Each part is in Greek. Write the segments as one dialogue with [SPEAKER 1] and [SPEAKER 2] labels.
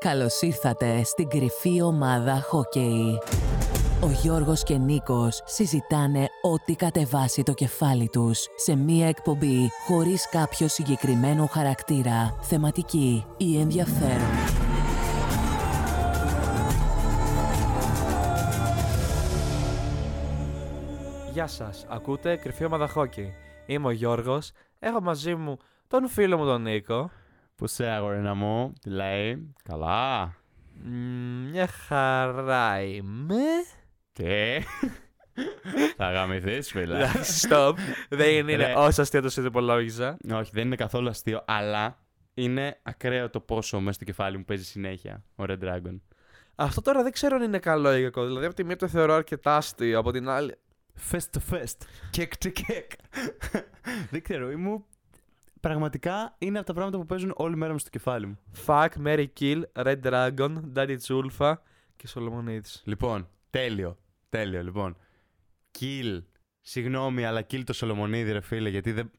[SPEAKER 1] Καλώς ήρθατε στην κρυφή ομάδα χόκεϊ. Ο Γιώργος και Νίκος συζητάνε ό,τι κατεβάσει το κεφάλι τους σε μία εκπομπή χωρίς κάποιο συγκεκριμένο χαρακτήρα, θεματική ή ενδιαφέρον.
[SPEAKER 2] Γεια σας, ακούτε κρυφή ομάδα χόκκι. Είμαι ο Γιώργος, έχω μαζί μου τον φίλο μου τον Νίκο.
[SPEAKER 3] Πού σε αγορίνα μου, τι λέει, καλά,
[SPEAKER 2] Μμμ, Μια χαρά είμαι.
[SPEAKER 3] τι, θα γαμηθείς φίλε.
[SPEAKER 2] Εντάξει, stop. Δεν είναι
[SPEAKER 3] Ρε.
[SPEAKER 2] όσο αστείο το συνυπολόγιζα.
[SPEAKER 3] Όχι, δεν είναι καθόλου αστείο, αλλά είναι ακραίο το πόσο μέσα στο κεφάλι μου παίζει συνέχεια ο Red Dragon.
[SPEAKER 2] Αυτό τώρα δεν ξέρω αν είναι καλό ή κακό. Δηλαδή, από τη μία το θεωρώ αρκετά αστείο, από την άλλη.
[SPEAKER 3] Fest to fest, κεκ to κεκ. δεν ξέρω, ήμουν... Πραγματικά είναι από τα πράγματα που παίζουν όλη μέρα μου στο κεφάλι μου.
[SPEAKER 2] Fuck, Mary Kill, Red Dragon, Daddy Zulfa και Σολομονίδης.
[SPEAKER 3] Λοιπόν, τέλειο. Τέλειο, λοιπόν. Kill. Συγγνώμη, αλλά kill το Σολομονίδη, ρε φίλε, γιατί δεν,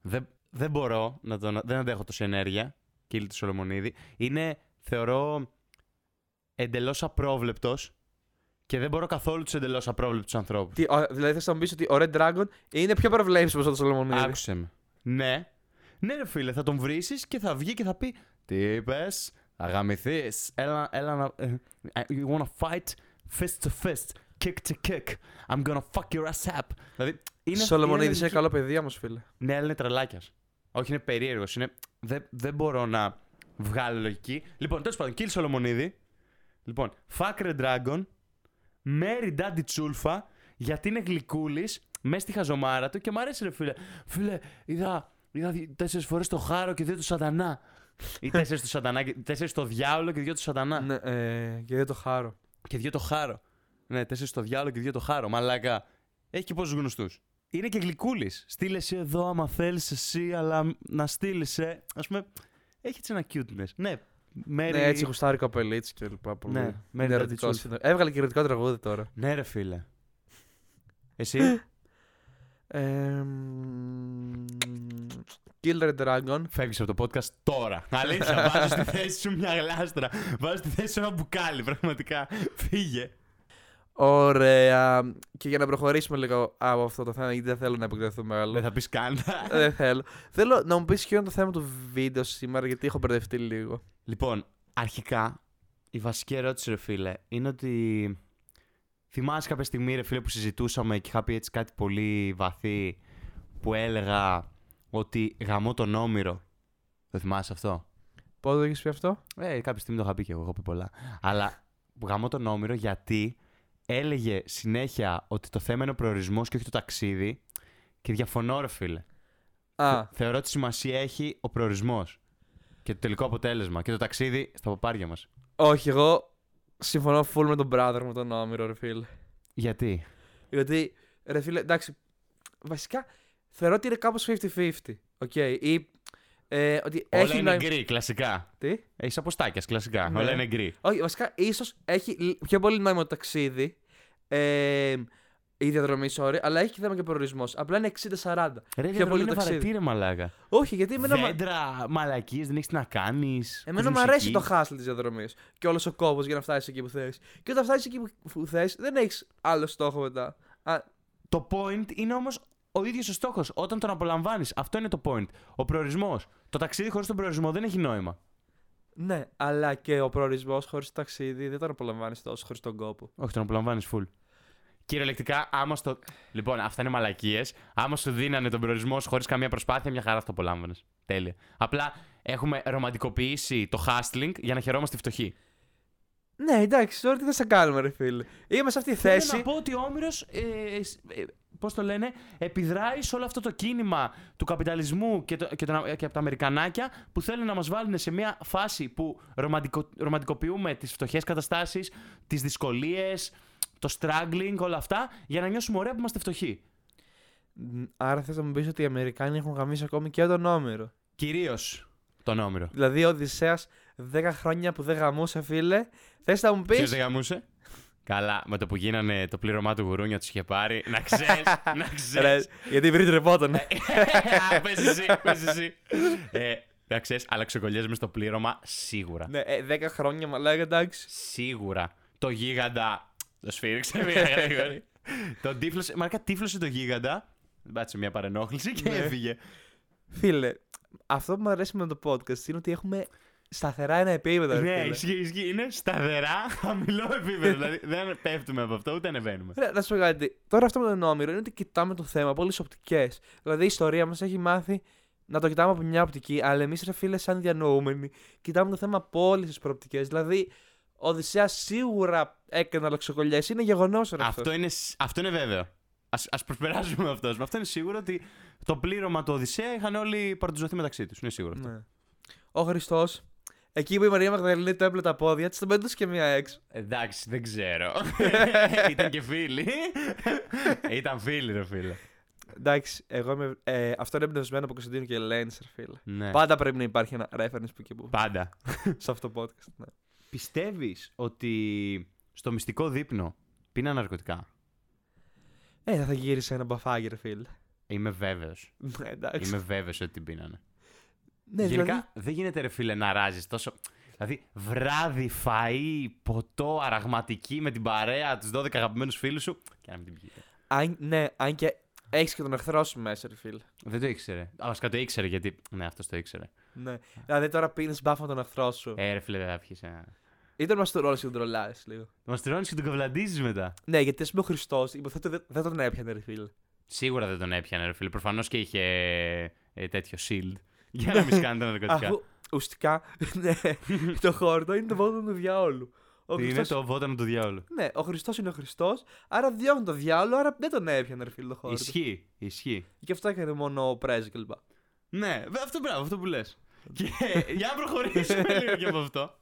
[SPEAKER 3] δεν, δεν μπορώ να τον. Δεν αντέχω τόση ενέργεια. Kill το Σολομονίδη. Είναι, θεωρώ, εντελώς απρόβλεπτος και δεν μπορώ καθόλου τους εντελώς απρόβλεπτους ανθρώπους.
[SPEAKER 2] Τι, ο- δηλαδή, θες να μου πεις ότι ο Red Dragon είναι πιο προβλέψιμος από τον Σολομονίδη.
[SPEAKER 3] Άκουσε με. Ναι. Ναι, ρε φίλε, θα τον βρήσεις και θα βγει και θα πει Τι είπε, θα γαμηθείς. Έλα, έλα να. ε, You wanna fight fist to fist, kick to kick. I'm gonna fuck your ass up. Δηλαδή. Είναι,
[SPEAKER 2] Σολομονίδης είναι
[SPEAKER 3] δική-
[SPEAKER 2] καλό παιδί, όμως, φίλε.
[SPEAKER 3] Ναι, αλλά είναι τρελάκιας. Όχι, είναι περίεργος. Είναι... Δεν, δεν μπορώ να βγάλω λογική. Λοιπόν, τέλος πάντων, Kill Σολομονίδη. Λοιπόν, Fuck Red Dragon. Mary Daddy Τσούλφα. Γιατί είναι γλυκούλης. Μέσα στη χαζομάρα του και μου αρέσει, ρε φίλε. Φίλε, είδα, είδα τέσσερις φορές το χάρο και δύο του σατανά. Ή τέσσερις του σατανά, και- τέσσερις το διάολο και δύο του σατανά.
[SPEAKER 2] Ναι, ε, και δεν το χάρω.
[SPEAKER 3] Και δύο το χάρο. Ναι, τέσσερις στο διάλογο και δύο το χάρο. Μαλάκα. Έχει και πόσους γνωστούς. Είναι και γλυκούλης. Στείλες εσύ εδώ άμα θέλεις εσύ, αλλά να στείλεις. Ε. Ας πούμε, έχει έτσι ένα cuteness. Ναι, Mary...
[SPEAKER 2] Ναι, έτσι γουστάρει καπελίτσι και λοιπά. Πολύ.
[SPEAKER 3] Ναι, Mary
[SPEAKER 2] Είναι ερωτικός.
[SPEAKER 3] Daddy Chulfa.
[SPEAKER 2] Έβγαλε και ερωτικό τραγούδι τώρα.
[SPEAKER 3] Ναι, ρε φίλε. Εσύ,
[SPEAKER 2] Ε, μ, Killer Dragon.
[SPEAKER 3] φεύγεις από το podcast τώρα. Αλήθεια, βάζω στη θέση σου μια γλάστρα. Βάζω στη θέση σου ένα μπουκάλι, πραγματικά. Φύγε.
[SPEAKER 2] Ωραία. Και για να προχωρήσουμε λίγο από αυτό το θέμα, γιατί δεν θέλω να επεκταθούμε άλλο. Ε,
[SPEAKER 3] Δεν θα πεις καν.
[SPEAKER 2] δεν θέλω. Θέλω να μου πεις ποιο είναι το θέμα του βίντεο σήμερα, γιατί έχω μπερδευτεί λίγο.
[SPEAKER 3] Λοιπόν, αρχικά η βασική ερώτηση, ρε φίλε, είναι ότι. Θυμάσαι κάποια στιγμή, ρε φίλε, που συζητούσαμε και είχα πει έτσι κάτι πολύ βαθύ που έλεγα ότι γαμώ τον Όμηρο. Το θυμάσαι αυτό.
[SPEAKER 2] Πότε το έχεις πει αυτό,
[SPEAKER 3] Ε, κάποια στιγμή το είχα πει και εγώ, έχω πει πολλά. Αλλά γαμώ τον Όμηρο γιατί έλεγε συνέχεια ότι το θέμα είναι ο προορισμός και όχι το ταξίδι. Και διαφωνώ, ρε φίλε.
[SPEAKER 2] Α,
[SPEAKER 3] Θεωρώ ότι σημασία έχει ο προορισμός και το τελικό αποτέλεσμα και το ταξίδι στα παπάρια μας.
[SPEAKER 2] όχι, εγώ συμφωνώ full με τον brother μου, τον Όμηρο, ρε φίλε.
[SPEAKER 3] Γιατί.
[SPEAKER 2] Γιατί, ρε φίλε, εντάξει, βασικά θεωρώ ότι είναι κάπως 50-50. Οκ. Ή ε, ότι
[SPEAKER 3] Όλα
[SPEAKER 2] έχει
[SPEAKER 3] είναι
[SPEAKER 2] νόημα.
[SPEAKER 3] γκρι, κλασικά.
[SPEAKER 2] Τι?
[SPEAKER 3] Έχεις αποστάκιας, κλασικά.
[SPEAKER 2] Ναι.
[SPEAKER 3] Όλα είναι γκρι.
[SPEAKER 2] Όχι, βασικά ίσως έχει λ- πιο πολύ νόημα το ταξίδι. Ε, η διαδρομή, sorry, αλλά έχει και θέμα και προορισμός. Απλά είναι 60-40.
[SPEAKER 3] Ρε,
[SPEAKER 2] πιο πολύ
[SPEAKER 3] είναι
[SPEAKER 2] το ταξίδι.
[SPEAKER 3] βαρετή, ρε μαλάκα.
[SPEAKER 2] Όχι, γιατί εμένα, μα...
[SPEAKER 3] Δέντρα, μαλακίες, δεν έχεις τι να κάνεις.
[SPEAKER 2] εμένα μου αρέσει το χάσλι της διαδρομής. Και όλος ο κόπο για να φτάσεις εκεί που θες. Και όταν φτάσεις εκεί που θες δεν έχεις άλλο στόχο μετά. Α,
[SPEAKER 3] Το point είναι όμως ο ίδιος ο στόχος. Όταν τον απολαμβάνεις. Αυτό είναι το point. Ο προορισμός. Το ταξίδι χωρίς τον προορισμό δεν έχει νόημα.
[SPEAKER 2] ναι, αλλά και ο προορισμός χωρίς το ταξίδι δεν τον απολαμβάνεις τόσο χωρίς τον κόπο.
[SPEAKER 3] Όχι, τον απολαμβάνεις full. Κυριολεκτικά, άμα στο. Λοιπόν, αυτά είναι μαλακίες. Άμα σου δίνανε τον προορισμό χωρίς καμία προσπάθεια, μια χαρά θα το απολάμβανες. Τέλεια. Απλά έχουμε ρομαντικοποιήσει το hustling για να χαιρόμαστε φτωχοί.
[SPEAKER 2] Ναι, εντάξει, τώρα τι θα σε κάνουμε, ρε φίλε. Είμαι σε αυτή τη θέση.
[SPEAKER 3] Θέλω να πω ότι ο Όμηρος. Ε, ε, σ- ε, Πώς το λένε, επιδράει σε όλο αυτό το κίνημα του καπιταλισμού και, το, και, των Α- και από τα Αμερικανάκια που θέλουν να μας βάλουν σε μια φάση που ρομαντικο, ρομαντικοποιούμε τις φτωχές καταστάσεις, τις δυσκολίες, το struggling, όλα αυτά, για να νιώσουμε ωραία που είμαστε φτωχοί.
[SPEAKER 2] Μ, Άρα θες να μου πεις ότι οι Αμερικάνοι έχουν γαμίσει ακόμη και τον Όμηρο.
[SPEAKER 3] Κυρίως τον Όμηρο.
[SPEAKER 2] Δηλαδή, ο Οδυσσέας 10 χρόνια που δεν γαμούσε, φίλε. Θες να μου πει.
[SPEAKER 3] Ποιο δεν γαμούσε. Καλά, με το που γίνανε το πλήρωμά του γουρούνια του είχε πάρει. Να ξέρεις, να ξέρει. Ε,
[SPEAKER 2] γιατί πριν τρεπόταν.
[SPEAKER 3] Α, πες εσύ, πες εσύ. Ε, Δεν ξέρει, αλλά ξεκολλιέσαι στο πλήρωμα σίγουρα.
[SPEAKER 2] Ναι, ε, 10 χρόνια μαλάκα, εντάξει.
[SPEAKER 3] Σίγουρα. Το γίγαντα. Το σφύριξε μια κατηγορία. το τύφλωσε. Μαρκά τύφλωσε το γίγαντα. Μπάτσε μια παρενόχληση και
[SPEAKER 2] Ναι.
[SPEAKER 3] έφυγε.
[SPEAKER 2] Φίλε, αυτό που μου αρέσει με το podcast είναι ότι έχουμε σταθερά ένα επίπεδο. ρε
[SPEAKER 3] ναι,
[SPEAKER 2] φίλε.
[SPEAKER 3] ισχύει, ισχύει. Είναι σταθερά χαμηλό επίπεδο. δηλαδή δεν πέφτουμε από αυτό, ούτε ανεβαίνουμε.
[SPEAKER 2] Ρε, να σου πω κάτι. Τώρα αυτό με τον Όμηρο είναι ότι κοιτάμε το θέμα από όλε τι οπτικές. Δηλαδή η ιστορία μας έχει μάθει να το κοιτάμε από μια οπτική, αλλά εμείς ρε φίλε, σαν διανοούμενοι, κοιτάμε το θέμα από όλες τις προοπτικές. Δηλαδή, ο Οδυσσέας σίγουρα έκανε λαξοκολλιέ. Είναι γεγονός ρε αυτός.
[SPEAKER 3] αυτό, είναι, σ- αυτό είναι βέβαιο. Ας, ας προσπεράσουμε αυτό. Αυτό είναι σίγουρο ότι το πλήρωμα του Οδυσσέα είχαν όλοι παρτιζωθεί μεταξύ τους. Είναι σίγουρο. αυτό.
[SPEAKER 2] Ναι. Ο Χριστός, εκεί που η Μαρία Μαγδαληνή του έπλε τα πόδια, της τον πέτωσε και μία έξω.
[SPEAKER 3] Εντάξει, δεν ξέρω. Ήταν και φίλοι. Ήταν φίλοι, ρε φίλε.
[SPEAKER 2] Εντάξει, εγώ είμαι, ε, αυτό είναι εμπνευσμένο από Κωνσταντίνο και Ελένη, ρε φίλε.
[SPEAKER 3] Ναι.
[SPEAKER 2] Πάντα πρέπει να υπάρχει ένα reference που και που.
[SPEAKER 3] Πάντα.
[SPEAKER 2] σε αυτό το podcast. Ναι.
[SPEAKER 3] Πιστεύεις ότι στο μυστικό δείπνο πίνα ναρκωτικά.
[SPEAKER 2] Ε, θα, θα γύρισε ένα μπαφάκι, ρε φίλε.
[SPEAKER 3] Είμαι βέβαιος.
[SPEAKER 2] Ναι, εντάξει.
[SPEAKER 3] Είμαι βέβαιος ότι την πίνανε.
[SPEAKER 2] Ναι,
[SPEAKER 3] Γενικά
[SPEAKER 2] δηλαδή,
[SPEAKER 3] δεν γίνεται ρε φίλε να ράζεις τόσο... Δηλαδή βράδυ, φαΐ, ποτό, αραγματική με την παρέα, τους 12 αγαπημένους φίλους σου και να μην την πιείτε.
[SPEAKER 2] αν, ναι, αν και έχεις και τον εχθρό σου μέσα, ρε φίλε.
[SPEAKER 3] Δεν το ήξερε. Α, βασικά το ήξερε γιατί... Ναι, αυτός το ήξερε.
[SPEAKER 2] Ναι. Δηλαδή τώρα πίνεις μπάφα τον εχθρό σου.
[SPEAKER 3] Ε, ρε φίλε δεν θα πιεις ένα...
[SPEAKER 2] Ή τον μαστορώνει και τον τρολάει λίγο.
[SPEAKER 3] Μας τρώνεις και τον καυλαντίζεις μετά.
[SPEAKER 2] Ναι, γιατί ας πούμε ο Χριστός, υποθέτω δεν, δεν τον έπιανε, ρε φίλε.
[SPEAKER 3] Σίγουρα δεν τον έπιανε ρε φίλε. Προφανώς και είχε ε, τέτοιο shield. Για να μην σκάνε τα ναρκωτικά.
[SPEAKER 2] Αφού ουσιαστικά ναι, το χόρτο είναι το βόδι του διαόλου. Ο
[SPEAKER 3] Τι Είναι
[SPEAKER 2] Χριστός-
[SPEAKER 3] το βότανο του διάολου.
[SPEAKER 2] Ναι, ο Χριστός είναι ο Χριστός, άρα διώχνει τον διάολο, άρα δεν τον έπιανε, ρε φίλε το χόρτο.
[SPEAKER 3] Ισχύει, ισχύει.
[SPEAKER 2] Και αυτό έκανε μόνο ο Πρέζ κλπ.
[SPEAKER 3] Ναι, βε- αυτό μπράβο, αυτό που λες. και για να προχωρήσουμε λίγο και από αυτό.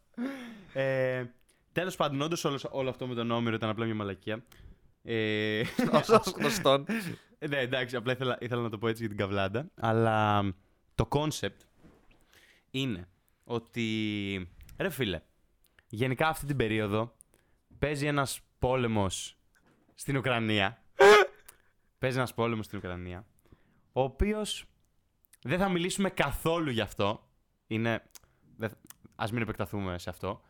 [SPEAKER 3] Ε, Τέλος πάντων, όντως όλος, όλο αυτό με τον Όμηρο ήταν απλά μια μαλακία. Ε,
[SPEAKER 2] Ω γνωστόν.
[SPEAKER 3] ναι, εντάξει, απλά ήθελα, ήθελα να το πω έτσι για την καβλάντα. Αλλά το concept είναι ότι. Ρε φίλε, γενικά αυτή την περίοδο παίζει ένας πόλεμος στην Ουκρανία. παίζει ένας πόλεμος στην Ουκρανία, ο οποίος δεν θα μιλήσουμε καθόλου γι' αυτό. Είναι... δεν- Ας μην επεκταθούμε σε αυτό.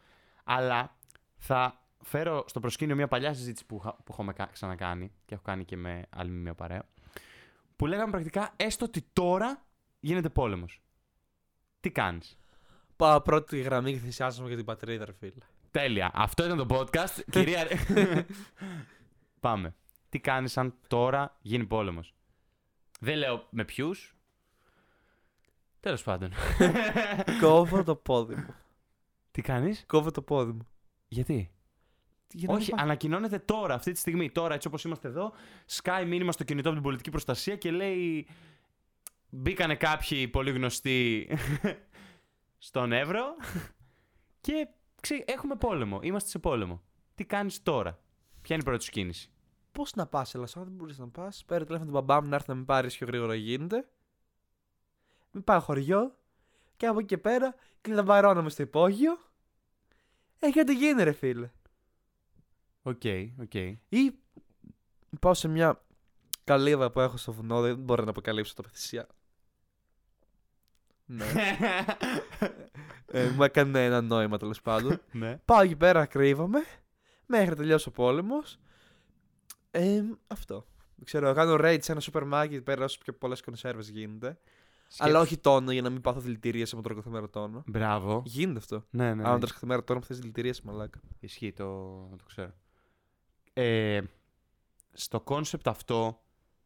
[SPEAKER 3] Αλλά θα φέρω στο προσκήνιο μια παλιά συζήτηση που, είχα- που έχουμε κα- ξανακάνει και έχω κάνει και με άλλη μια παρέα. Που λέγαμε πρακτικά έστω ότι τώρα γίνεται πόλεμος. Τι κάνεις.
[SPEAKER 2] Πάω πρώτη γραμμή και θυσιάζομαι για την πατρίδα, ρε φίλε.
[SPEAKER 3] Τέλεια. Αυτό ήταν το podcast. Κυρία. Πάμε. Τι κάνεις αν τώρα γίνει πόλεμος. Δεν λέω με ποιους. Τέλος πάντων.
[SPEAKER 2] Κόβω το πόδι μου.
[SPEAKER 3] Τι κάνεις.
[SPEAKER 2] Κόβω το πόδι μου.
[SPEAKER 3] Γιατί.
[SPEAKER 2] Για να
[SPEAKER 3] Όχι,
[SPEAKER 2] μην
[SPEAKER 3] ανακοινώνεται τώρα, αυτή τη στιγμή. Τώρα, έτσι όπως είμαστε εδώ, σκάει μήνυμα στο κινητό από την πολιτική προστασία και λέει. Μπήκανε κάποιοι πολύ γνωστοί στον Εύρο και ξέ, έχουμε πόλεμο. Είμαστε σε πόλεμο. Τι κάνεις τώρα. Ποια είναι η πρώτη σου κίνηση.
[SPEAKER 2] Πώς να πας, Ελά, αν δεν μπορείς να πας, πέρα τηλέφωνο του μπαμπά μου να έρθει να με πάρει πιο γρήγορα γίνεται. Με πάω χωριό και από εκεί και πέρα κλειδαμπαρώνομαι στο υπόγειο. Ε, και ό,τι γίνει, ρε φίλε.
[SPEAKER 3] Οκ, οκ.
[SPEAKER 2] Ή πάω σε μια καλύβα που έχω στο βουνό, δεν μπορώ να αποκαλύψω τα πεθυσία. Ναι. ε, μου έκανε ένα νόημα τέλος πάντων.
[SPEAKER 3] ναι.
[SPEAKER 2] Πάω εκεί πέρα, κρύβομαι. Μέχρι να τελειώσει ο πόλεμος. Ε, αυτό. Δεν Ξέρω, κάνω raid σε ένα σούπερ μάρκετ πέρα όσο πιο πολλές κονσέρβες γίνεται. Αλλά όχι τόνο για να μην πάθω δηλητηρίαση από τρώω κάθε μέρα τόνο.
[SPEAKER 3] Μπράβο.
[SPEAKER 2] Γίνεται αυτό.
[SPEAKER 3] Ναι, ναι.
[SPEAKER 2] Αν τρως κάθε μέρα τόνο, θα θες δηλητηρίαση, μαλάκα.
[SPEAKER 3] Ισχύει, το, το ξέρω. Ε, στο κόνσεπτ αυτό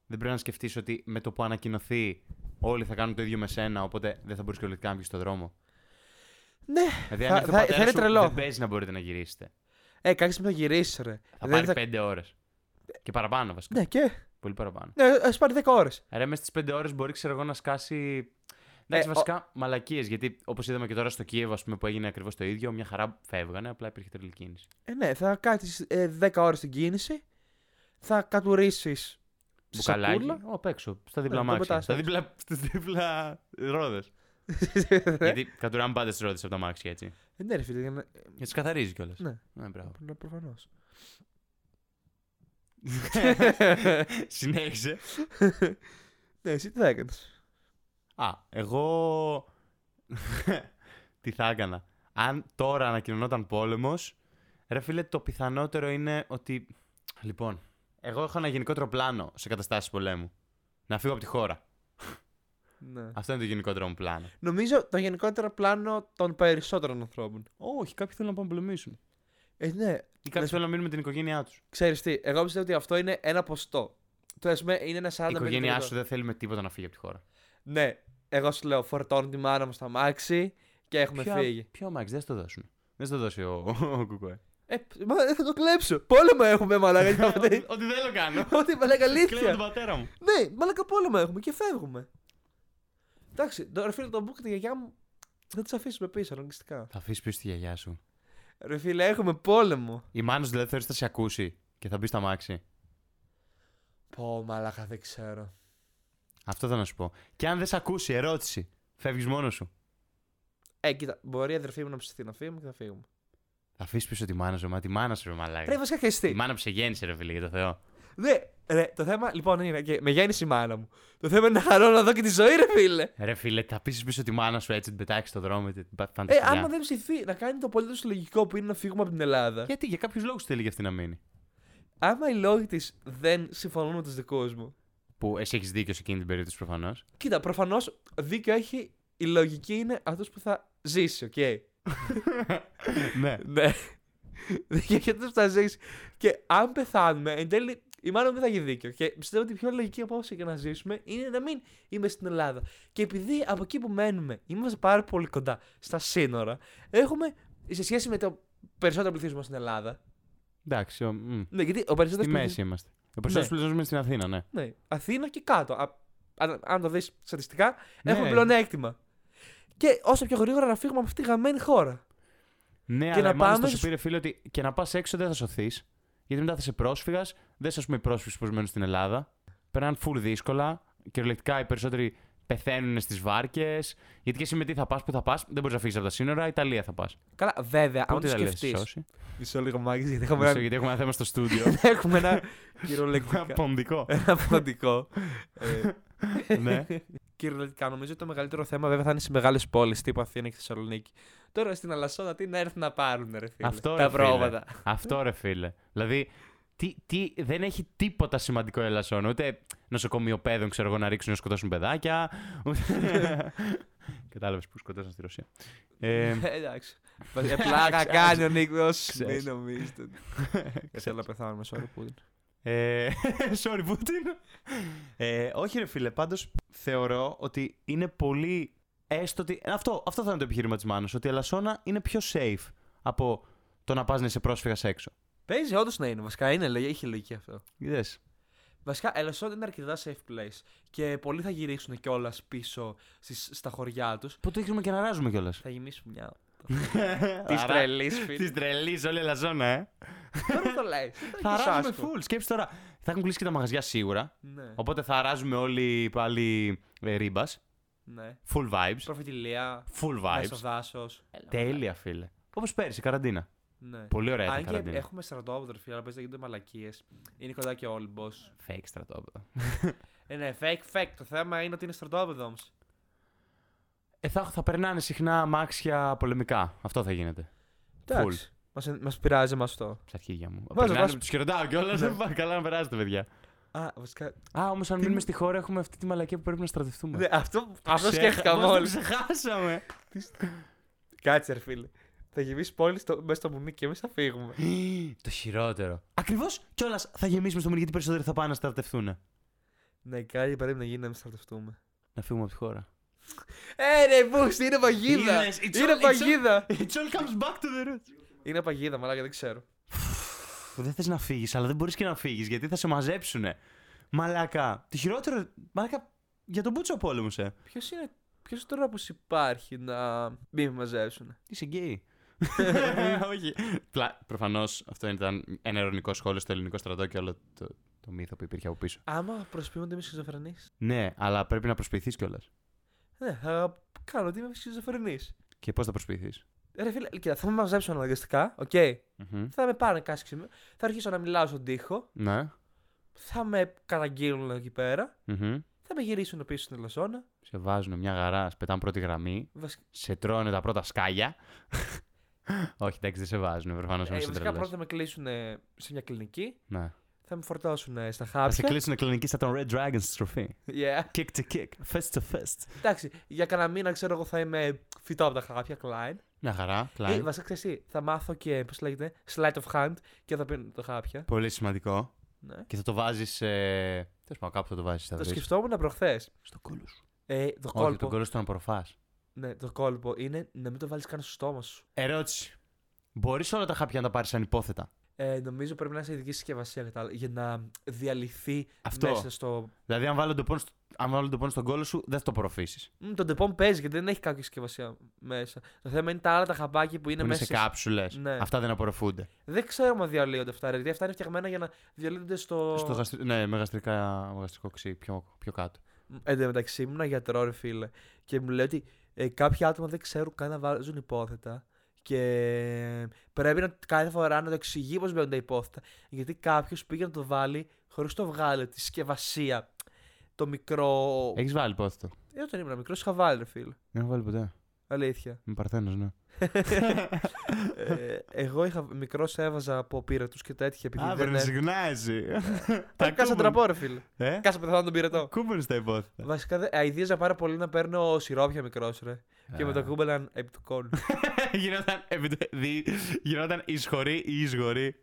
[SPEAKER 3] δεν πρέπει να σκεφτείς ότι με το που ανακοινωθεί όλοι θα κάνουν το ίδιο με σένα, οπότε δεν θα μπορείς κυριολεκτικά να βγεις στον δρόμο.
[SPEAKER 2] Ναι,
[SPEAKER 3] Δηλαδή,
[SPEAKER 2] θα- θα- θα
[SPEAKER 3] αν έρθει ο πατέρας
[SPEAKER 2] είναι
[SPEAKER 3] σου,
[SPEAKER 2] τρελό.
[SPEAKER 3] Δεν παίζει να μπορείτε να γυρίσετε.
[SPEAKER 2] Ε, κάτι στιγμή θα γυρίσεις, ρε.
[SPEAKER 3] Θα
[SPEAKER 2] Δεν
[SPEAKER 3] πάρεις
[SPEAKER 2] θα-
[SPEAKER 3] πέντε ώρες. Και παραπάνω βασικά.
[SPEAKER 2] Ναι, και.
[SPEAKER 3] Πολύ παραπάνω.
[SPEAKER 2] Ναι, ας πάρει 10 ώρες.
[SPEAKER 3] Ρε, μέσα στι 5 ώρες μπορεί ξέρω εγώ, να σκάσει. Εντάξει,
[SPEAKER 2] Ε, ο-
[SPEAKER 3] βασικά μαλακίες. Γιατί όπως είδαμε και τώρα στο Κίεβο, ας πούμε, που έγινε ακριβώς το ίδιο, μια χαρά φεύγανε, απλά υπήρχε τρελή κίνηση.
[SPEAKER 2] Ε, ναι, θα κάτσεις 10 ώρες στην κίνηση. Θα κατουρίσεις.
[SPEAKER 3] Μπουκαλάκι. Ω, απ' έξω, στα διπλά
[SPEAKER 2] Ε, το
[SPEAKER 3] μάξια.
[SPEAKER 2] πετάς
[SPEAKER 3] Στα
[SPEAKER 2] έξω.
[SPEAKER 3] διπλά, στις διπλά ρόδες.
[SPEAKER 2] Ε.
[SPEAKER 3] γιατί κατουράμε πάντα τι ρόδες από τα μάξια έτσι.
[SPEAKER 2] ναι, ρε φίλε. για να-
[SPEAKER 3] Γιατί τις καθαρίζει κιόλας.
[SPEAKER 2] Ναι,
[SPEAKER 3] Ναι, μπράβο.
[SPEAKER 2] προφανώς.
[SPEAKER 3] Συνέχισε.
[SPEAKER 2] ναι, εσύ τι θα έκανες.
[SPEAKER 3] Α, εγώ τι θα έκανα. Αν τώρα ανακοινωνόταν πόλεμος, ρε φίλε, το πιθανότερο είναι ότι. Λοιπόν, εγώ έχω ένα γενικότερο πλάνο σε καταστάσεις πολέμου. Να φύγω από τη χώρα.
[SPEAKER 2] Ναι.
[SPEAKER 3] Αυτό είναι το γενικότερο μου πλάνο.
[SPEAKER 2] Νομίζω το γενικότερο πλάνο των περισσότερων ανθρώπων.
[SPEAKER 3] Όχι, κάποιοι θέλουν να πάνε πολεμήσουν.
[SPEAKER 2] Ε, ναι.
[SPEAKER 3] Ή κάποιοι
[SPEAKER 2] Λες,
[SPEAKER 3] θέλουν να μείνουν με την οικογένειά τους.
[SPEAKER 2] Ξέρεις τι, εγώ πιστεύω ότι αυτό είναι ένα ποστό. Το ας πούμε είναι ένα 40
[SPEAKER 3] Η οικογένειά σου δεν θέλει με τίποτα να φύγει από τη χώρα.
[SPEAKER 2] Ναι, εγώ σου λέω φορτώνω τη μάνα μου στα μάξι και έχουμε φύγει.
[SPEAKER 3] Ποιο Μάξ, δεν στο δώσουν. Δεν στο δώσει ο, ο Κουκουέ.
[SPEAKER 2] Ε, μα, δεν θα το κλέψω. Πόλεμο έχουμε μαλάκα. για αυτό.
[SPEAKER 3] Ότι ότι δεν το κάνω.
[SPEAKER 2] Ότι μαλάκα
[SPEAKER 3] Κλείνω τον
[SPEAKER 2] αλήθεια.
[SPEAKER 3] πατέρα μου.
[SPEAKER 2] Ναι, μαλάκα πόλεμο έχουμε και φεύγουμε. Εντάξει, τώρα φίλε τον Μπούκ και τη γιαγιά μου θα του αφήσουμε πίσω αναγκαστικά.
[SPEAKER 3] Θα αφήσεις πίσω τη γιαγιά σου.
[SPEAKER 2] Ρε φίλε, έχουμε πόλεμο.
[SPEAKER 3] Η μάνα σου δηλαδή θεωρεί θα σε ακούσει και θα μπει στα μάξι.
[SPEAKER 2] Πω μαλάκα δεν ξέρω.
[SPEAKER 3] Αυτό θα να σου πω. Και αν δεν σε ακούσει, ερώτηση. Φεύγεις μόνος σου.
[SPEAKER 2] Ε, κοίτα, μπορεί η αδερφή μου να ψηθεί να φύγουμε και θα φύγουμε.
[SPEAKER 3] Θα αφήσεις πίσω τη μάνα σου, μα τη μάνα σου, ρε
[SPEAKER 2] Ρε
[SPEAKER 3] μαλάκα.
[SPEAKER 2] βασικά ξέρεις τι.
[SPEAKER 3] Η μάνα που σε γέννησε, ρε φίλε, για το Θεό.
[SPEAKER 2] Ναι, ρε, το θέμα λοιπόν είναι και με γέννησε η μάνα μου. Το θέμα είναι να χαρώ να δω και τη ζωή, ρε φίλε. Ε,
[SPEAKER 3] Ρε φίλε, θα πείσει πίσω τη μάνα σου έτσι, την πετάξεις στον δρόμο, την πα-
[SPEAKER 2] Ε,
[SPEAKER 3] φανταστικά.
[SPEAKER 2] άμα δεν ψηθεί, να κάνει το πολύ λογικό που είναι να φύγουμε από την Ελλάδα.
[SPEAKER 3] Γιατί, για κάποιους λόγους θέλει για αυτή να μείνει.
[SPEAKER 2] Άμα οι λόγοι της δεν συμφωνούν με τους δικούς μου.
[SPEAKER 3] Που εσύ έχεις δίκιο σε εκείνη την περίπτωση προφανώς.
[SPEAKER 2] Κοίτα, προφανώς δίκιο έχει. Η λογική είναι αυτός που θα ζήσει, οκ.
[SPEAKER 3] ναι.
[SPEAKER 2] ναι. Δίκιο έχει αυτό που θα ζήσει. Και αν πεθάνουμε, εν τέλει η μάνα μου δεν θα έχει δίκιο. Και πιστεύω ότι η πιο λογική απόφαση για να ζήσουμε είναι να μην είμαι στην Ελλάδα. Και επειδή από εκεί που μένουμε είμαστε πάρα πολύ κοντά στα σύνορα, έχουμε σε σχέση με το περισσότερο πληθυσμό στην Ελλάδα.
[SPEAKER 3] Εντάξει, ο- μ,
[SPEAKER 2] Ναι, γιατί ο περισσότερος
[SPEAKER 3] στη μέση είμαστε. Ο περισσότερος πληθυσμό είναι στην Αθήνα, ναι.
[SPEAKER 2] Ναι, Αθήνα και κάτω. Α, αν, αν το δεις στατιστικά, έχουμε
[SPEAKER 3] Ναι.
[SPEAKER 2] πλεονέκτημα. Και όσο πιο γρήγορα να φύγουμε από αυτή τη γαμμένη χώρα.
[SPEAKER 3] Ναι,
[SPEAKER 2] Και
[SPEAKER 3] αλλά
[SPEAKER 2] να
[SPEAKER 3] να πάμε...
[SPEAKER 2] πάμε
[SPEAKER 3] σου
[SPEAKER 2] στους-
[SPEAKER 3] πήρε φίλε ότι και να πας έξω δεν θα σωθείς. Γιατί μετά θα είσαι πρόσφυγας, δεν είσαι, ας πούμε, οι πρόσφυγες που μένουν στην Ελλάδα. Περνάνε full δύσκολα. Κυριολεκτικά οι περισσότεροι πεθαίνουν στις βάρκες. Γιατί και εσύ με τι θα πας, πού θα πας, δεν μπορείς να φύγεις από τα σύνορα, Ιταλία θα πας.
[SPEAKER 2] Καλά, βέβαια, αν το
[SPEAKER 3] Πού τη θα λες,
[SPEAKER 2] σκεφτείς.
[SPEAKER 3] σώσει.
[SPEAKER 2] Μισό λίγο μάγκε, γιατί έχουμε
[SPEAKER 3] Μισό,
[SPEAKER 2] ένα,
[SPEAKER 3] Γιατί έχουμε ένα θέμα στο στούντιο.
[SPEAKER 2] έχουμε ένα
[SPEAKER 3] Ένα
[SPEAKER 2] κυριολεκτικά.
[SPEAKER 3] Πονδικό.
[SPEAKER 2] ένα ποντικό. ε,
[SPEAKER 3] ναι.
[SPEAKER 2] κυριολεκτικά, νομίζω ότι το μεγαλύτερο θέμα βέβαια θα είναι στις μεγάλες πόλεις τύπου Αθήνα και Θεσσαλονίκη. Τώρα στην Αλασσόνα τι να έρθουν να πάρουν, ρε φίλε.
[SPEAKER 3] Αυτό,
[SPEAKER 2] τα
[SPEAKER 3] ρε, φίλε.
[SPEAKER 2] πρόβατα.
[SPEAKER 3] Αυτό ρε φίλε. Δηλαδή, τι, τι, δεν έχει τίποτα σημαντικό η Ελασσόνα. Ούτε νοσοκομειοπαίδων, ξέρω εγώ, να ρίξουν να σκοτώσουν παιδάκια. Ούτε... Κατάλαβες που σκοτώσαν στη Ρωσία. Ε,
[SPEAKER 2] Ε, Εντάξει. Ε, Πλάκα κάνει ο Νίκος.
[SPEAKER 3] Ξέρεις.
[SPEAKER 2] Μην νομίζετε. Θέλω να πεθάνουμε, sorry, Πούτιν.
[SPEAKER 3] ε, sorry, Πούτιν. Ε, όχι ρε φίλε, πάντως θεωρώ ότι είναι πολύ έστω ότι... ε, Αυτό, αυτό θα είναι το επιχείρημα της Μάνος, ότι η Ελασσόνα είναι πιο safe από το να πας να είσαι πρόσφυγας έξω.
[SPEAKER 2] Παίζει όντως να είναι. Βασικά είναι, λέει, έχει λογική αυτό.
[SPEAKER 3] Είδες.
[SPEAKER 2] Βασικά, Ελεσόν είναι αρκετά safe place. Και πολλοί θα γυρίσουν κιόλας πίσω στις, στα χωριά τους.
[SPEAKER 3] Που το ήξερουμε και να ράζουμε κιόλας.
[SPEAKER 2] Θα γεμίσουν μια.
[SPEAKER 3] Άρα-
[SPEAKER 2] Της τρελής,
[SPEAKER 3] Τη
[SPEAKER 2] φίλε.
[SPEAKER 3] τρελής, όλη η Ελαζόνα, ε.
[SPEAKER 2] Τώρα το λες.
[SPEAKER 3] θα ράζουμε full. Σκέψεις τώρα. Θα έχουν κλείσει και τα μαγαζιά σίγουρα.
[SPEAKER 2] Ναι,
[SPEAKER 3] Οπότε θα ράζουμε όλοι πάλι ε, ρήμπας.
[SPEAKER 2] ναι.
[SPEAKER 3] Full vibes.
[SPEAKER 2] Προφητηλία.
[SPEAKER 3] Full
[SPEAKER 2] Μέσα
[SPEAKER 3] vibes.
[SPEAKER 2] δάσο.
[SPEAKER 3] Τέλεια, φίλε. Όπως πέρυσι, καραντίνα.
[SPEAKER 2] Ναι.
[SPEAKER 3] Πολύ ωραία ήταν η
[SPEAKER 2] Αν και
[SPEAKER 3] καραντίνα.
[SPEAKER 2] έχουμε στρατόπεδο, φίλε, αλλά παίζει να γίνονται μαλακίες. Είναι κοντά και όλοι μπο.
[SPEAKER 3] Fake στρατόπεδο.
[SPEAKER 2] Ε, ναι, fake, fake. Το θέμα είναι ότι είναι στρατόπεδο όμως.
[SPEAKER 3] Ε, θα, θα περνάνε συχνά αμάξια πολεμικά. Αυτό θα γίνεται.
[SPEAKER 2] Εντάξει. Μας πειράζει εμάς αυτό.
[SPEAKER 3] Ψαρχίδια μου.
[SPEAKER 2] Βάζω,
[SPEAKER 3] Περνάνε,
[SPEAKER 2] βάζω.
[SPEAKER 3] τους χαιρετάω κιόλας. Δεν πάει καλά να περάσετε, παιδιά.
[SPEAKER 2] Α, βασικά.
[SPEAKER 3] Ναι. Α, όμως αν μείνουμε στη χώρα, έχουμε αυτή τη μαλακία που πρέπει να στρατευτούμε.
[SPEAKER 2] Ναι, αυτό, αυτό
[SPEAKER 3] Ξέχα-
[SPEAKER 2] σκέφτηκα
[SPEAKER 3] πώς το
[SPEAKER 2] μόλις.
[SPEAKER 3] Ξεχάσαμε.
[SPEAKER 2] Κάτσε, ρε φίλε. Θα γεμίσει πόλη στο, μέσα στο μπουνί και εμείς θα φύγουμε.
[SPEAKER 3] Το χειρότερο. Ακριβώς κιόλας Ε. θα γεμίσουμε στο μήνυμα γιατί περισσότεροι θα πάνε να στρατευτούν.
[SPEAKER 2] ναι, κάτι πρέπει να γίνει να μην στρατευτούμε.
[SPEAKER 3] Να φύγουμε από τη χώρα.
[SPEAKER 2] Ε, ρε, μπούξ, είναι παγίδα!
[SPEAKER 3] Είδες, it's
[SPEAKER 2] είναι
[SPEAKER 3] all- it's
[SPEAKER 2] παγίδα!
[SPEAKER 3] It all Ε, comes back to the roots.
[SPEAKER 2] είναι παγίδα, μαλάκα, δεν ξέρω.
[SPEAKER 3] Δεν θες να φύγεις, αλλά δεν μπορείς και να φύγεις γιατί θα σε μαζέψουνε. Μαλάκα. Το χειρότερο. Μαλάκα. Για τον Μπούτσο πόλεμος, ε.
[SPEAKER 2] Ποιος είναι. Ποιος τρόπος υπάρχει να μην με μαζέψουν.
[SPEAKER 3] Είσαι γκέι. Όχι. Προφανώς αυτό ήταν ένα ειρωνικό σχόλιο στο ελληνικό στρατό και όλο το, το μύθο που υπήρχε από πίσω.
[SPEAKER 2] Άμα προσποιούνται με σχιζοφρενείς.
[SPEAKER 3] Ναι, αλλά πρέπει να προσποιηθείς κιόλας.
[SPEAKER 2] Ναι, θα κάνω ότι είμαι σχιζοφρενής.
[SPEAKER 3] Και πώς θα προσποιηθει
[SPEAKER 2] Ρε φίλε, κοίτα, θα με μαζέψουν αναγκαστικά, οκ. Θα με πάρουν κάσκι με. Θα αρχίσω να μιλάω στον τοίχο.
[SPEAKER 3] Ναι.
[SPEAKER 2] Θα με καταγγείλουν εκεί πέρα.
[SPEAKER 3] Μμμ.
[SPEAKER 2] Θα θα με γυρίσουν πίσω στην Ελασσόνα.
[SPEAKER 3] Σε βάζουν μια γαρά, σε πετάνε πρώτη γραμμή,
[SPEAKER 2] Βασ...
[SPEAKER 3] σε τρώνε τα πρώτα σκάλια. Όχι, εντάξει, δεν σε βάζουν, προφανώς
[SPEAKER 2] Ε,
[SPEAKER 3] με σε
[SPEAKER 2] βασικά πρώτα
[SPEAKER 3] τρελές.
[SPEAKER 2] θα με κλείσουν ε, σε μια κλινική,
[SPEAKER 3] Ναι.
[SPEAKER 2] θα με φορτώσουν ε, στα
[SPEAKER 3] Θα σε
[SPEAKER 2] χάπια.
[SPEAKER 3] κλείσουν κλινική σαν τον Red Dragons στη στροφή.
[SPEAKER 2] Yeah.
[SPEAKER 3] Kick to kick, fist to fist.
[SPEAKER 2] Εντάξει, για κανένα μήνα ξέρω εγώ θα είμαι φυτό από τα χάπια, Klein.
[SPEAKER 3] Μια χαρά,
[SPEAKER 2] Ε,
[SPEAKER 3] κλάιν.
[SPEAKER 2] βασικά ξέρεις τι, θα μάθω και πώς λέγεται, sleight of hand και θα πίνω τα χάπια.
[SPEAKER 3] Πολύ σημαντικό.
[SPEAKER 2] Ναι.
[SPEAKER 3] Και θα το βάζεις. Ε... Τέλος πάντων, κάπου θα το βάζεις.
[SPEAKER 2] Το σκεφτόμουν προχθές.
[SPEAKER 3] Στο κόλλο σου.
[SPEAKER 2] Ε, το
[SPEAKER 3] Όχι,
[SPEAKER 2] κόλπο.
[SPEAKER 3] τον κόλλο σου τον απορροφά.
[SPEAKER 2] Ναι, το κόλπο είναι να μην το βάλεις καν στο στόμα σου.
[SPEAKER 3] Ερώτηση. Μπορείς όλα τα χάπια να τα πάρεις ανυπόθετα.
[SPEAKER 2] Ε, νομίζω πρέπει να είσαι ειδική συσκευασία για, τα άλλα, για να διαλυθεί
[SPEAKER 3] Αυτό.
[SPEAKER 2] μέσα στο.
[SPEAKER 3] Δηλαδή, αν βάλω τον πόνο, στο... αν βάλω τον πόνο στον κόλλο σου, δεν θα το απορροφήσεις.
[SPEAKER 2] Μ, το ντεπόμ παίζει γιατί δεν έχει κάποια συσκευασία μέσα. Το θέμα είναι τα άλλα τα χαπάκια που είναι
[SPEAKER 3] Που είναι
[SPEAKER 2] μέσα.
[SPEAKER 3] σε κάψουλες.
[SPEAKER 2] Ναι.
[SPEAKER 3] Αυτά δεν απορροφούνται.
[SPEAKER 2] Δεν ξέρω αν διαλύονται αυτά, ρε. Γιατί αυτά είναι φτιαγμένα για να διαλύονται στο.
[SPEAKER 3] Στο γαστρι... Ναι, με, γαστρικά... με γαστρικό ξύ, πιο, πιο κάτω.
[SPEAKER 2] Εν τω μεταξύ ήμουν ναι, γιατρό, ρε φίλε. Και μου λέει ότι ε, κάποια άτομα δεν ξέρουν καν να βάζουν υπόθετα. Και ε, πρέπει να, κάθε φορά να το εξηγεί πώ μπαίνουν τα υπόθετα. Γιατί κάποιος πήγε να το βάλει χωρίς το βγάλει, τη συσκευασία. Το μικρό.
[SPEAKER 3] Έχεις βάλει υπόθετο.
[SPEAKER 2] Ε, όταν ήμουν μικρός, είχα βάλει, ρε φίλε.
[SPEAKER 3] Δεν έχω βάλει ποτέ.
[SPEAKER 2] Αλήθεια.
[SPEAKER 3] Είμαι παρθένος, ναι.
[SPEAKER 2] ε, εγώ είχα μικρός έβαζα από πύρα του και τέτοια. Επειδή
[SPEAKER 3] Α,
[SPEAKER 2] δεν. έ-
[SPEAKER 3] συγνάζει.
[SPEAKER 2] Τα κάσα τραπώ, ρε φίλε.
[SPEAKER 3] Ε,
[SPEAKER 2] Κάσα πεθάνω τον πυρετό.
[SPEAKER 3] κούμπερ τα υπόθετα.
[SPEAKER 2] Βασικά, δε- αηδίαζα πάρα πολύ να παίρνω σιρόπια μικρός, ρε. Και με το
[SPEAKER 3] Α.
[SPEAKER 2] κούμπελαν επί του κόλου.
[SPEAKER 3] Ε, γινόταν, επί το- δι- γινόταν ισχωρή ή ισχωρή.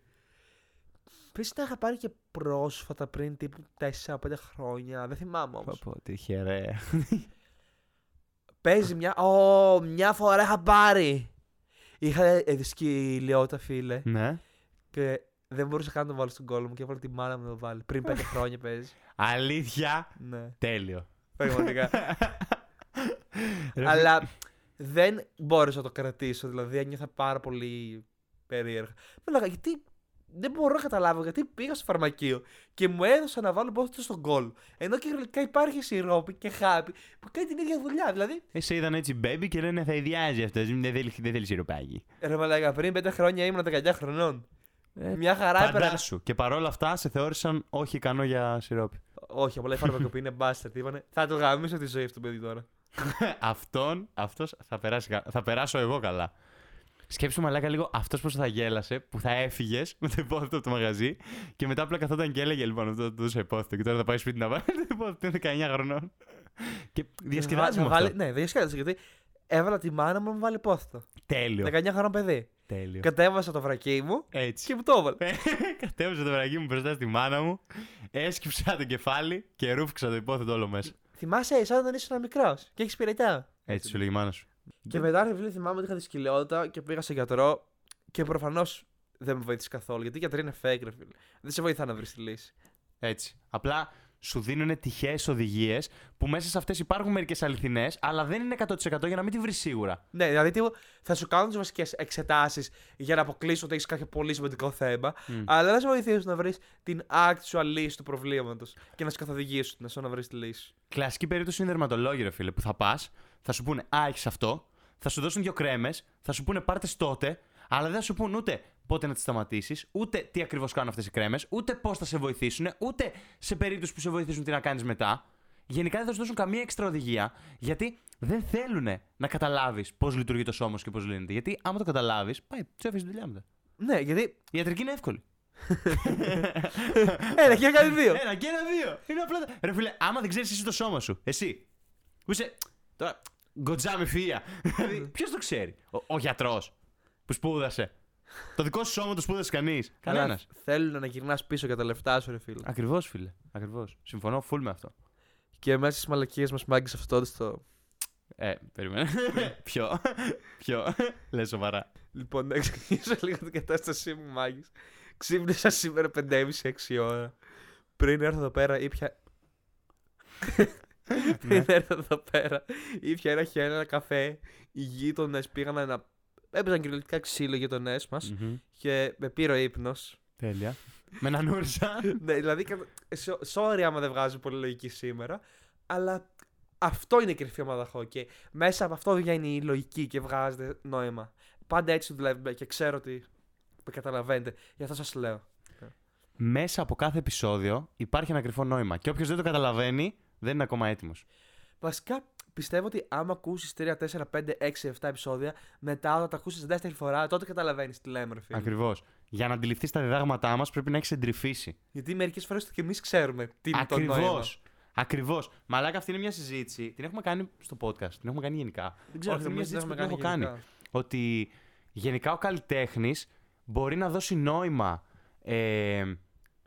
[SPEAKER 2] Επίση τα είχα πάρει και πρόσφατα πριν τύπου 4-5 χρόνια. Δεν θυμάμαι όμως.
[SPEAKER 3] Πω, τι χαιρέ.
[SPEAKER 2] Παίζει μια. Ω, μια φορά είχα πάρει. Είχα ε, δυσκυλιότητα, φίλε.
[SPEAKER 3] Ναι.
[SPEAKER 2] Και δεν μπορούσα καν να το βάλω στον κόλλο μου και έβαλα τη μάνα μου να το βάλει. Πριν 5 χρόνια παίζει.
[SPEAKER 3] Αλήθεια.
[SPEAKER 2] Ναι,
[SPEAKER 3] Τέλειο.
[SPEAKER 2] πραγματικά.
[SPEAKER 3] Ρε,
[SPEAKER 2] Αλλά δεν μπόρεσα να το κρατήσω. Δηλαδή, ένιωθα πάρα πολύ περίεργα. Με λέγα, γιατί δεν μπορώ να καταλάβω γιατί πήγα στο φαρμακείο και μου έδωσα να βάλω πόθο στον κόλλο. Ενώ και γλυκά υπάρχει σιρόπι και χάπι που κάνει την ίδια δουλειά. Δηλαδή,
[SPEAKER 3] Ε, σε είδαν έτσι baby και λένε θα ιδιάζει αυτός. Δεν θέλει, δεν θέλει σιροπάκι.
[SPEAKER 2] ρε μαλάκα, πριν 5 χρόνια ήμουν 19 χρονών.
[SPEAKER 3] Ε,
[SPEAKER 2] Μια χαρά έπαιρνα.
[SPEAKER 3] Φαντάσου. Και παρόλα αυτά σε θεώρησαν όχι ικανό για σιρόπι.
[SPEAKER 2] Όχι, απλά η φαρμακοποιή είναι μπάστερ. Είπανε, θα το γαμίσω τη ζωή αυτό το παιδί τώρα.
[SPEAKER 3] Αυτόν, αυτός θα, περάσει, κα- θα περάσω εγώ καλά. Σκέψου μαλάκα λίγο αυτός πώς θα γέλασε που θα έφυγες με το υπόθετο από το μαγαζί και μετά απλά καθόταν και έλεγε λοιπόν αυτό το δώσε υπόθετο και τώρα θα πάει σπίτι να βάλει το υπόθετο. Είναι 19 χρονών. Και διασκεδάζει
[SPEAKER 2] Να
[SPEAKER 3] με
[SPEAKER 2] βάλει-
[SPEAKER 3] αυτό.
[SPEAKER 2] Ναι, διασκέδασε γιατί έβαλα τη μάνα μου να μου βάλει πόθο.
[SPEAKER 3] Τέλειο.
[SPEAKER 2] 19 χρόνων παιδί.
[SPEAKER 3] Τέλειο.
[SPEAKER 2] Κατέβασα το βρακί μου
[SPEAKER 3] Έτσι.
[SPEAKER 2] και μου το έβαλε.
[SPEAKER 3] Ε, Κατέβασα το βραγί μου μπροστά στη μάνα μου, έσκυψα το κεφάλι και ρούφηξα το υπόθετο όλο μέσα.
[SPEAKER 2] Θυμάσαι σαν όταν ήσουν μικρός και έχεις πυρετά.
[SPEAKER 3] Έτσι σου λέγει η μάνα σου.
[SPEAKER 2] Και μετά ρε φίλε θυμάμαι ότι είχα δυσκολιότητα και πήγα σε γιατρό και προφανώς δεν με βοήθησε καθόλου. Γιατί οι γιατροί είναι fake, ρε φίλε. Δεν σε βοηθά να βρεις τη λύση.
[SPEAKER 3] Έτσι. Απλά σου δίνουν τυχαίες οδηγίες που μέσα σε αυτές υπάρχουν μερικές αληθινές, αλλά δεν είναι 100% για να μην τη βρεις σίγουρα.
[SPEAKER 2] Ναι, δηλαδή τι, θα σου κάνουν τις βασικές εξετάσεις για να αποκλείσουν ότι έχεις κάποιο πολύ σημαντικό θέμα, αλλά δεν σε βοηθήσουν να βρεις την actual λύση του προβλήματος και να σε καθοδηγήσουν να σου να βρεις τη λύση.
[SPEAKER 3] Κλασική περίπτωση είναι δερματολόγοι, ρε φίλε, που θα πας, θα σου πούνε Α, έχεις αυτό, θα σου δώσουν δύο κρέμες, θα σου πούνε πάρτε τότε, αλλά δεν θα σου πούνε ούτε πότε να τις σταματήσεις, ούτε τι ακριβώς κάνουν αυτές οι κρέμες, ούτε πώς θα σε βοηθήσουν, ούτε σε περίπτωση που σε βοηθήσουν τι να κάνεις μετά. Γενικά δεν θα σου δώσουν καμία έξτρα οδηγία, γιατί δεν θέλουν να καταλάβεις πώς λειτουργεί το σώμα σου και πώς λύνεται. Γιατί άμα το καταλάβεις, πάει, τσέφει τη δουλειά μετά.
[SPEAKER 2] Ναι, γιατί.
[SPEAKER 3] Η ιατρική είναι εύκολη.
[SPEAKER 2] Ένα και ε, κάτι δύο.
[SPEAKER 3] Ένα και ένα δύο. Είναι απλά. τα- Ρε φίλε, άμα δεν ξέρεις εσύ το σώμα σου, εσύ. Που είσαι. Τώρα. Γκοτζάμι φία. Δηλαδή, ποιος το ξέρει. Ο, ο γιατρός που σπούδασε. Το δικό σου σώμα το σπούδασε κανείς. Κανένας.
[SPEAKER 2] θέλουν να γυρνάς πίσω για τα λεφτά σου, ρε φίλε.
[SPEAKER 3] Ακριβώς, φίλε. Ακριβώς. Συμφωνώ full με αυτό.
[SPEAKER 2] Και μέσα στις μαλακίες μας μάγκες αυτό στο
[SPEAKER 3] Ε, περίμενε. Ποιο. Ποιο. Λες σοβαρά.
[SPEAKER 2] Λοιπόν, να εξηγήσω λίγο την κατάστασή μου, Μάγκη. Ξύπνησα σήμερα 5.30-6 ώρα. Πριν έρθω εδώ πέρα, ήπια. Πριν έρθω εδώ πέρα, ήπια ένα χιόνι, ένα καφέ. Οι γείτονες πήγαν να. Έπαιζαν κυριολεκτικά ξύλο οι γειτονέ μας και με πήρε ο ύπνος.
[SPEAKER 3] Τέλεια. Με έναν ούρσα.
[SPEAKER 2] ναι, δηλαδή, κατα- σο- sorry άμα δεν βγάζω πολύ λογική σήμερα, αλλά αυτό είναι η κρυφή ομάδα χόκκι. Μέσα από αυτό βγαίνει η λογική και βγάζεται νόημα. Πάντα έτσι δουλεύουμε και ξέρω ότι με καταλαβαίνετε. Γι' αυτό σας λέω.
[SPEAKER 3] Μέσα από κάθε επεισόδιο υπάρχει ένα κρυφό νόημα. Και όποιος δεν το καταλαβαίνει, Δεν είναι ακόμα έτοιμος.
[SPEAKER 2] Βασικά πιστεύω ότι άμα ακούσεις 3, 4, 5, 6, 7 επεισόδια, μετά όταν τα ακούσεις δεύτερη φορά, τότε καταλαβαίνεις τι λέμε, ρε φίλε.
[SPEAKER 3] Ακριβώς. Για να αντιληφθείς τα διδάγματά μας πρέπει να έχεις εντρυφήσει.
[SPEAKER 2] Γιατί μερικές φορές και εμείς ξέρουμε τι είναι το νόημα.
[SPEAKER 3] Ακριβώς. Ακριβώς. Μαλάκα, αυτή είναι μια συζήτηση. Την έχουμε κάνει στο podcast. Την έχουμε κάνει γενικά. Δεν
[SPEAKER 2] Όχι,
[SPEAKER 3] Αυτή είναι μια
[SPEAKER 2] νομίζω
[SPEAKER 3] συζήτηση που
[SPEAKER 2] ότι
[SPEAKER 3] την έχω
[SPEAKER 2] έχουμε κάνει
[SPEAKER 3] κάνει. Ότι γενικά ο καλλιτέχνης μπορεί να δώσει νόημα ε,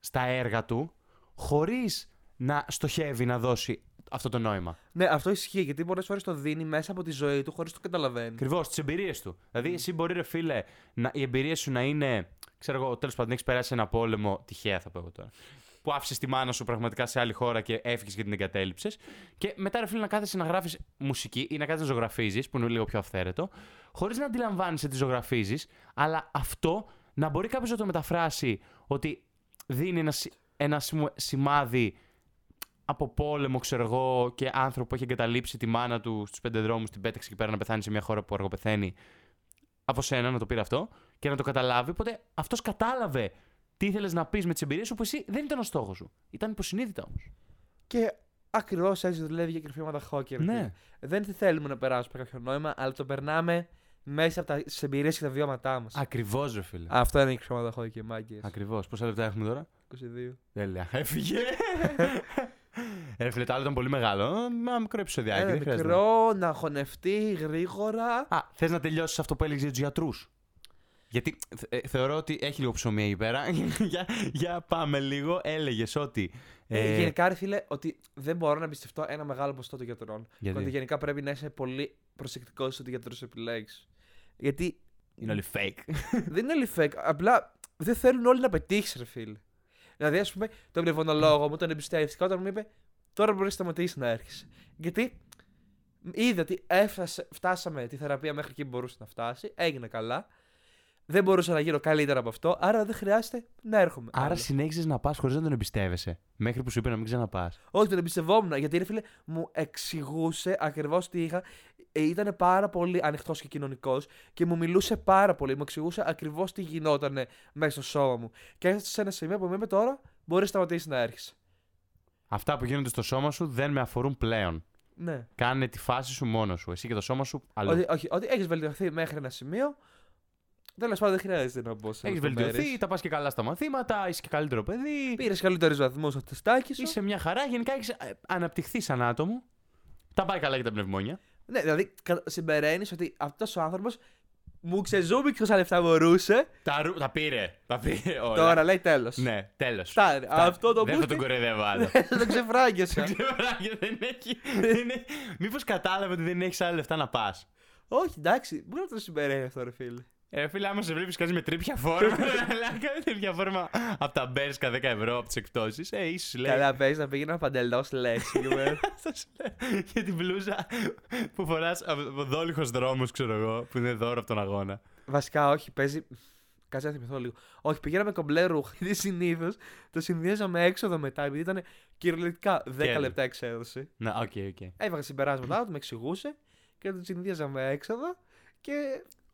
[SPEAKER 3] στα έργα του χωρίς να στοχεύει να δώσει αυτό το νόημα.
[SPEAKER 2] Ναι, αυτό ισχύει γιατί πολλές φορές το δίνει μέσα από τη ζωή του χωρίς το καταλαβαίνει.
[SPEAKER 3] Ακριβώς, τις εμπειρίες του. Δηλαδή, εσύ μπορεί, ρε φίλε, να, οι εμπειρίες σου να είναι. ξέρω εγώ, τέλος πάντων, έχεις περάσει ένα πόλεμο. Τυχαία θα πω εγώ τώρα. Που άφησες τη μάνα σου πραγματικά σε άλλη χώρα και έφυγες και την εγκατέλειψες. Και μετά, ρε φίλε, να κάθεσαι να γράφεις μουσική ή να κάθεσαι να ζωγραφίζεις, που είναι λίγο πιο αυθαίρετο, χωρίς να αντιλαμβάνεσαι τι ζωγραφίζεις, αλλά αυτό να μπορεί κάποιος να το μεταφράσει ότι δίνει ένα, σι- ένα σημ- σημάδι από πόλεμο, ξέρω εγώ, και άνθρωπο που έχει εγκαταλείψει τη μάνα του στους πέντε δρόμους, την πέταξε εκεί πέρα να πεθάνει σε μια χώρα που αργοπεθαίνει. Από σένα να το πήρε αυτό και να το καταλάβει. Οπότε αυτός κατάλαβε τι ήθελες να πεις με τις εμπειρίες σου που εσύ δεν ήταν ο στόχος σου. Ήταν υποσυνείδητα όμως.
[SPEAKER 2] Και ακριβώς έτσι δουλεύει για κρυφήματα χόκερ.
[SPEAKER 3] Ναι.
[SPEAKER 2] Δεν θέλουμε να περάσουμε κάποιο νόημα, αλλά το περνάμε μέσα από τι εμπειρίες και τα βιώματά μας.
[SPEAKER 3] Ακριβώς, ρε φίλε.
[SPEAKER 2] Αυτό είναι η κρυφήματα χόκερ, μάγκες.
[SPEAKER 3] Ακριβώς. Πόσα λεπτά έχουμε τώρα.
[SPEAKER 2] 22.
[SPEAKER 3] Τέλεια. Έφυγε. Ρε φίλε, το άλλο ήταν πολύ μεγάλο. Μα μικρό επεισοδιάκι.
[SPEAKER 2] Ένα
[SPEAKER 3] Ε, δεν χρειάζεται.
[SPEAKER 2] Ε, μικρό, να χωνευτεί γρήγορα.
[SPEAKER 3] Α, θες να τελειώσεις αυτό που έλεγες για τους γιατρούς. Γιατί ε, θεωρώ ότι έχει λίγο ψωμί εκεί πέρα. για, για πάμε λίγο. Έλεγες ότι.
[SPEAKER 2] Ε, γενικά, ρε φίλε, ότι δεν μπορώ να εμπιστευτώ ένα μεγάλο ποσοστό των γιατρών.
[SPEAKER 3] Γιατί?
[SPEAKER 2] Ότι γενικά πρέπει να είσαι πολύ προσεκτικός στο τι γιατρό επιλέγεις. Γιατί
[SPEAKER 3] είναι όλοι fake.
[SPEAKER 2] δεν είναι όλοι fake. Απλά δεν θέλουν όλοι να πετύχεις, ρε φίλε. Δηλαδή, ας πούμε, τον πνευμονολόγο μου τον εμπιστεύτηκα όταν μου είπε Τώρα μπορεί να σταματήσεις να έρχεσαι. Γιατί είδα ότι έφτασε, φτάσαμε τη θεραπεία μέχρι εκεί που μπορούσε να φτάσει, έγινε καλά. Δεν μπορούσα να γίνω καλύτερα από αυτό, άρα δεν χρειάζεται να έρχομαι.
[SPEAKER 3] Άρα
[SPEAKER 2] άλλο.
[SPEAKER 3] συνέχισε να πας χωρίς να τον εμπιστεύεσαι. Μέχρι που σου είπε να μην ξαναπάς.
[SPEAKER 2] Όχι, τον εμπιστευόμουν. Γιατί ρε φίλε μου εξηγούσε ακριβώς τι είχα. Ήταν πάρα πολύ ανοιχτός και κοινωνικός και μου μιλούσε πάρα πολύ. Μου εξηγούσε ακριβώς τι γινόταν μέσα στο σώμα μου. Και έφτασε σε ένα σημείο που μου είπε τώρα μπορείς να σταματήσεις να έρχεσαι.
[SPEAKER 3] Αυτά που γίνονται στο σώμα σου δεν με αφορούν πλέον.
[SPEAKER 2] Ναι.
[SPEAKER 3] Κάνε τη φάση σου μόνος σου. Εσύ και το σώμα σου αλλού.
[SPEAKER 2] Ότι, όχι, ότι έχεις βελτιωθεί μέχρι ένα σημείο. Τέλος πάντων, δεν χρειάζεται να μπω σε
[SPEAKER 3] Έχεις βελτιωθεί, τα πας και καλά στα μαθήματα, είσαι και καλύτερο παιδί.
[SPEAKER 2] Πήρες καλύτερους βαθμούς από τι τάκε.
[SPEAKER 3] Είσαι μια χαρά. Γενικά έχεις αναπτυχθεί σαν άτομο. Τα πάει καλά και τα πνευμόνια.
[SPEAKER 2] Ναι, δηλαδή συμπεραίνεις ότι αυτός ο άνθρωπος μου ξεζούμπηκε όσα λεφτά μπορούσε.
[SPEAKER 3] Τα, ρου... τα πήρε. Τα πήρε. Όλα.
[SPEAKER 2] Τώρα λέει τέλος.
[SPEAKER 3] Ναι, τέλος.
[SPEAKER 2] Φτάνει. Αυτό το Ναι.
[SPEAKER 3] Δεν θα τον
[SPEAKER 2] μπούστι
[SPEAKER 3] κοροϊδεύω άλλο.
[SPEAKER 2] το ξεφράγγιασα.
[SPEAKER 3] δεν έχει. δεν έχει... Μήπως κατάλαβε ότι δεν έχεις άλλα λεφτά να πας.
[SPEAKER 2] Όχι, εντάξει, μπορεί να το συμπεραίνει αυτό, ρε φίλε.
[SPEAKER 3] Ε, φίλε, άμα σε βλέπει κάτι με τρίπια φόρμα, αλλά κάνει τρίπια φόρμα από τα μπέρσκα 10 ευρώ από τις εκπτώσεις, ε, ίσως λέει.
[SPEAKER 2] Καλά, παίζει να πήγαινα παντελώ λέξη. εκεί πέρα.
[SPEAKER 3] θα σου λέω, Για την μπλούζα που φοράς από δόλυχο δρόμο, ξέρω εγώ, που είναι δώρο από τον αγώνα.
[SPEAKER 2] Βασικά, όχι, παίζει. Κάτσε να θυμηθώ λίγο. Όχι, πήγαινα με κομπλέ ρούχα. Γιατί συνήθως το συνδύαζα με έξοδο μετά, επειδή ήταν κυριολεκτικά 10
[SPEAKER 3] Κέρδη.
[SPEAKER 2] λεπτά εξέδωση.
[SPEAKER 3] Να, οκ, οκ.
[SPEAKER 2] Έβαγα συμπεράσματα του, με εξηγούσε και το συνδύαζα με έξοδο και.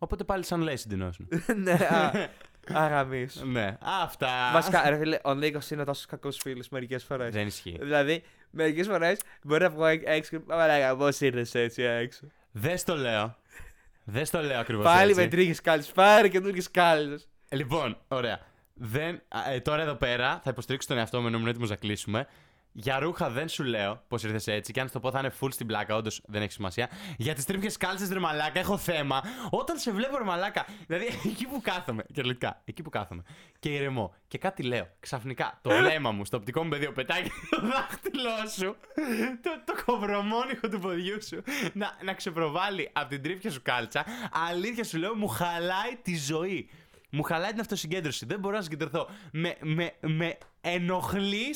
[SPEAKER 3] Οπότε πάλι σαν λέει συντηνώσουν.
[SPEAKER 2] ναι, α, αγαμίσου.
[SPEAKER 3] ναι, αυτά.
[SPEAKER 2] Βασικά, ρε φίλε, ο Νίκος είναι τόσος κακός φίλος μερικές φορές.
[SPEAKER 3] Δεν ισχύει.
[SPEAKER 2] Δηλαδή, μερικές φορές μπορεί να βγω έξω και Μαλάκα, πώ ήρθες έτσι έξω.
[SPEAKER 3] Δεν στο λέω. Δεν στο λέω ακριβώς.
[SPEAKER 2] Πάλι με τρίχες κάλε. Πάρε καινούργιες κάλε.
[SPEAKER 3] Λοιπόν, ωραία. Δεν, α, ε, τώρα εδώ πέρα θα υποστηρίξω τον εαυτό μου ενώ ήμουν έτοιμος να κλείσουμε. Για ρούχα δεν σου λέω πώ ήρθες έτσι. Και αν στο πω θα είναι full στην πλάκα, όντως δεν έχει σημασία. Για τις τρίπιε κάλτσες ρε μαλάκα, έχω θέμα. Όταν σε βλέπω ρε μαλάκα, δηλαδή εκεί που κάθομαι, κυριολεκτικά, εκεί που κάθομαι και ηρεμώ και κάτι λέω, ξαφνικά το βλέμμα μου στο οπτικό μου πεδίο πετάει το δάχτυλό σου, το, το κοβρομόνιχο του ποδιού σου να, να ξεπροβάλλει από την τρίπια σου κάλτσα. Αλήθεια σου λέω, μου χαλάει τη ζωή. Μου χαλάει την αυτοσυγκέντρωση. Δεν μπορώ να συγκεντρωθώ. Με, με, με ενοχλείς.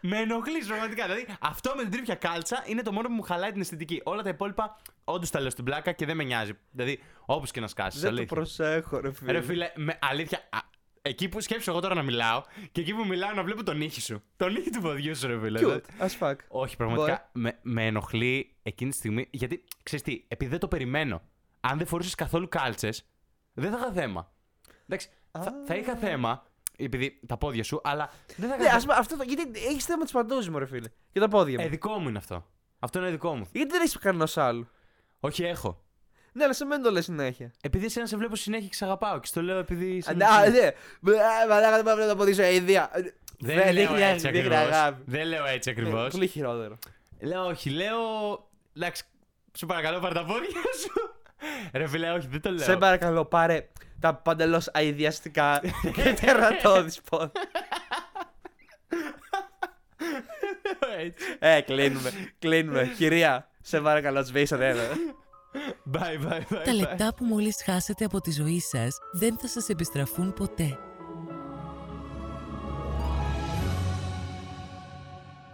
[SPEAKER 3] με ενοχλεί πραγματικά. Δηλαδή, αυτό με την τρίπια κάλτσα είναι το μόνο που μου χαλάει την αισθητική. Όλα τα υπόλοιπα, όντως τα λέω στην πλάκα και δεν με νοιάζει. Δηλαδή, όπως και να σκάσεις.
[SPEAKER 2] Δεν το προσέχω, ρε φίλε.
[SPEAKER 3] Ρε φίλε, με, αλήθεια. α, εκεί που σκέψω εγώ τώρα να μιλάω και εκεί που μιλάω να βλέπω τον νύχι σου. Τον νύχι του ποδιού σου, ρε φίλε. δηλαδή.
[SPEAKER 2] Cute, as fuck.
[SPEAKER 3] Όχι, πραγματικά με, με ενοχλεί εκείνη τη στιγμή. Γιατί ξέρεις τι, επειδή δεν το περιμένω. Αν δεν φορούσες καθόλου κάλτσες, δεν θα είχα θέμα. Εντάξει, θα, θα είχα θέμα. επειδή τα πόδια σου, αλλά δεν θα
[SPEAKER 2] Ναι,
[SPEAKER 3] κάνω.
[SPEAKER 2] ας, πούμε, αυτό το, γιατί έχεις θέμα της παντόζη μου, ρε φίλε. Και τα πόδια μου.
[SPEAKER 3] Ε, δικό μου είναι αυτό. Αυτό είναι δικό μου.
[SPEAKER 2] Γιατί δεν έχεις κανένα άλλο.
[SPEAKER 3] Όχι, έχω.
[SPEAKER 2] Ναι, αλλά σε μένα το λες συνέχεια.
[SPEAKER 3] Επειδή εσένα σε βλέπω συνέχεια και σε αγαπάω και στο λέω επειδή. είσαι
[SPEAKER 2] Α,
[SPEAKER 3] ένα φίλο.
[SPEAKER 2] ναι. Μπλα, Μαλάκα δεν πρέπει να το αποδείξω. Ε, ιδέα.
[SPEAKER 3] Δεν,
[SPEAKER 2] Δεν
[SPEAKER 3] λέω
[SPEAKER 2] δείχνει-
[SPEAKER 3] έτσι
[SPEAKER 2] δείχνει
[SPEAKER 3] ακριβώ.
[SPEAKER 2] αγάπη.
[SPEAKER 3] Δεν λέω έτσι ακριβώ.
[SPEAKER 2] Ναι, Πολύ χειρότερο.
[SPEAKER 3] Λέω όχι, λέω. Εντάξει, σου παρακαλώ πάρε τα πόδια σου. Ρε φίλε, όχι, δεν το λέω.
[SPEAKER 2] Σε παρακαλώ, πάρε τα παντελώς αειδιαστικά και τερατώδη πόδια.
[SPEAKER 3] Έτσι.
[SPEAKER 2] Ε, κλείνουμε. Κλείνουμε. Κυρία, σε παρακαλώ, ναι, σβήσατε ένα.
[SPEAKER 3] Bye, bye, bye.
[SPEAKER 1] Τα
[SPEAKER 3] bye.
[SPEAKER 1] λεπτά που μόλις χάσετε από τη ζωή σας δεν θα σας επιστραφούν ποτέ.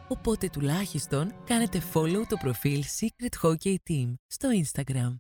[SPEAKER 1] Οπότε τουλάχιστον κάνετε follow το προφίλ Secret Hockey Team στο Instagram.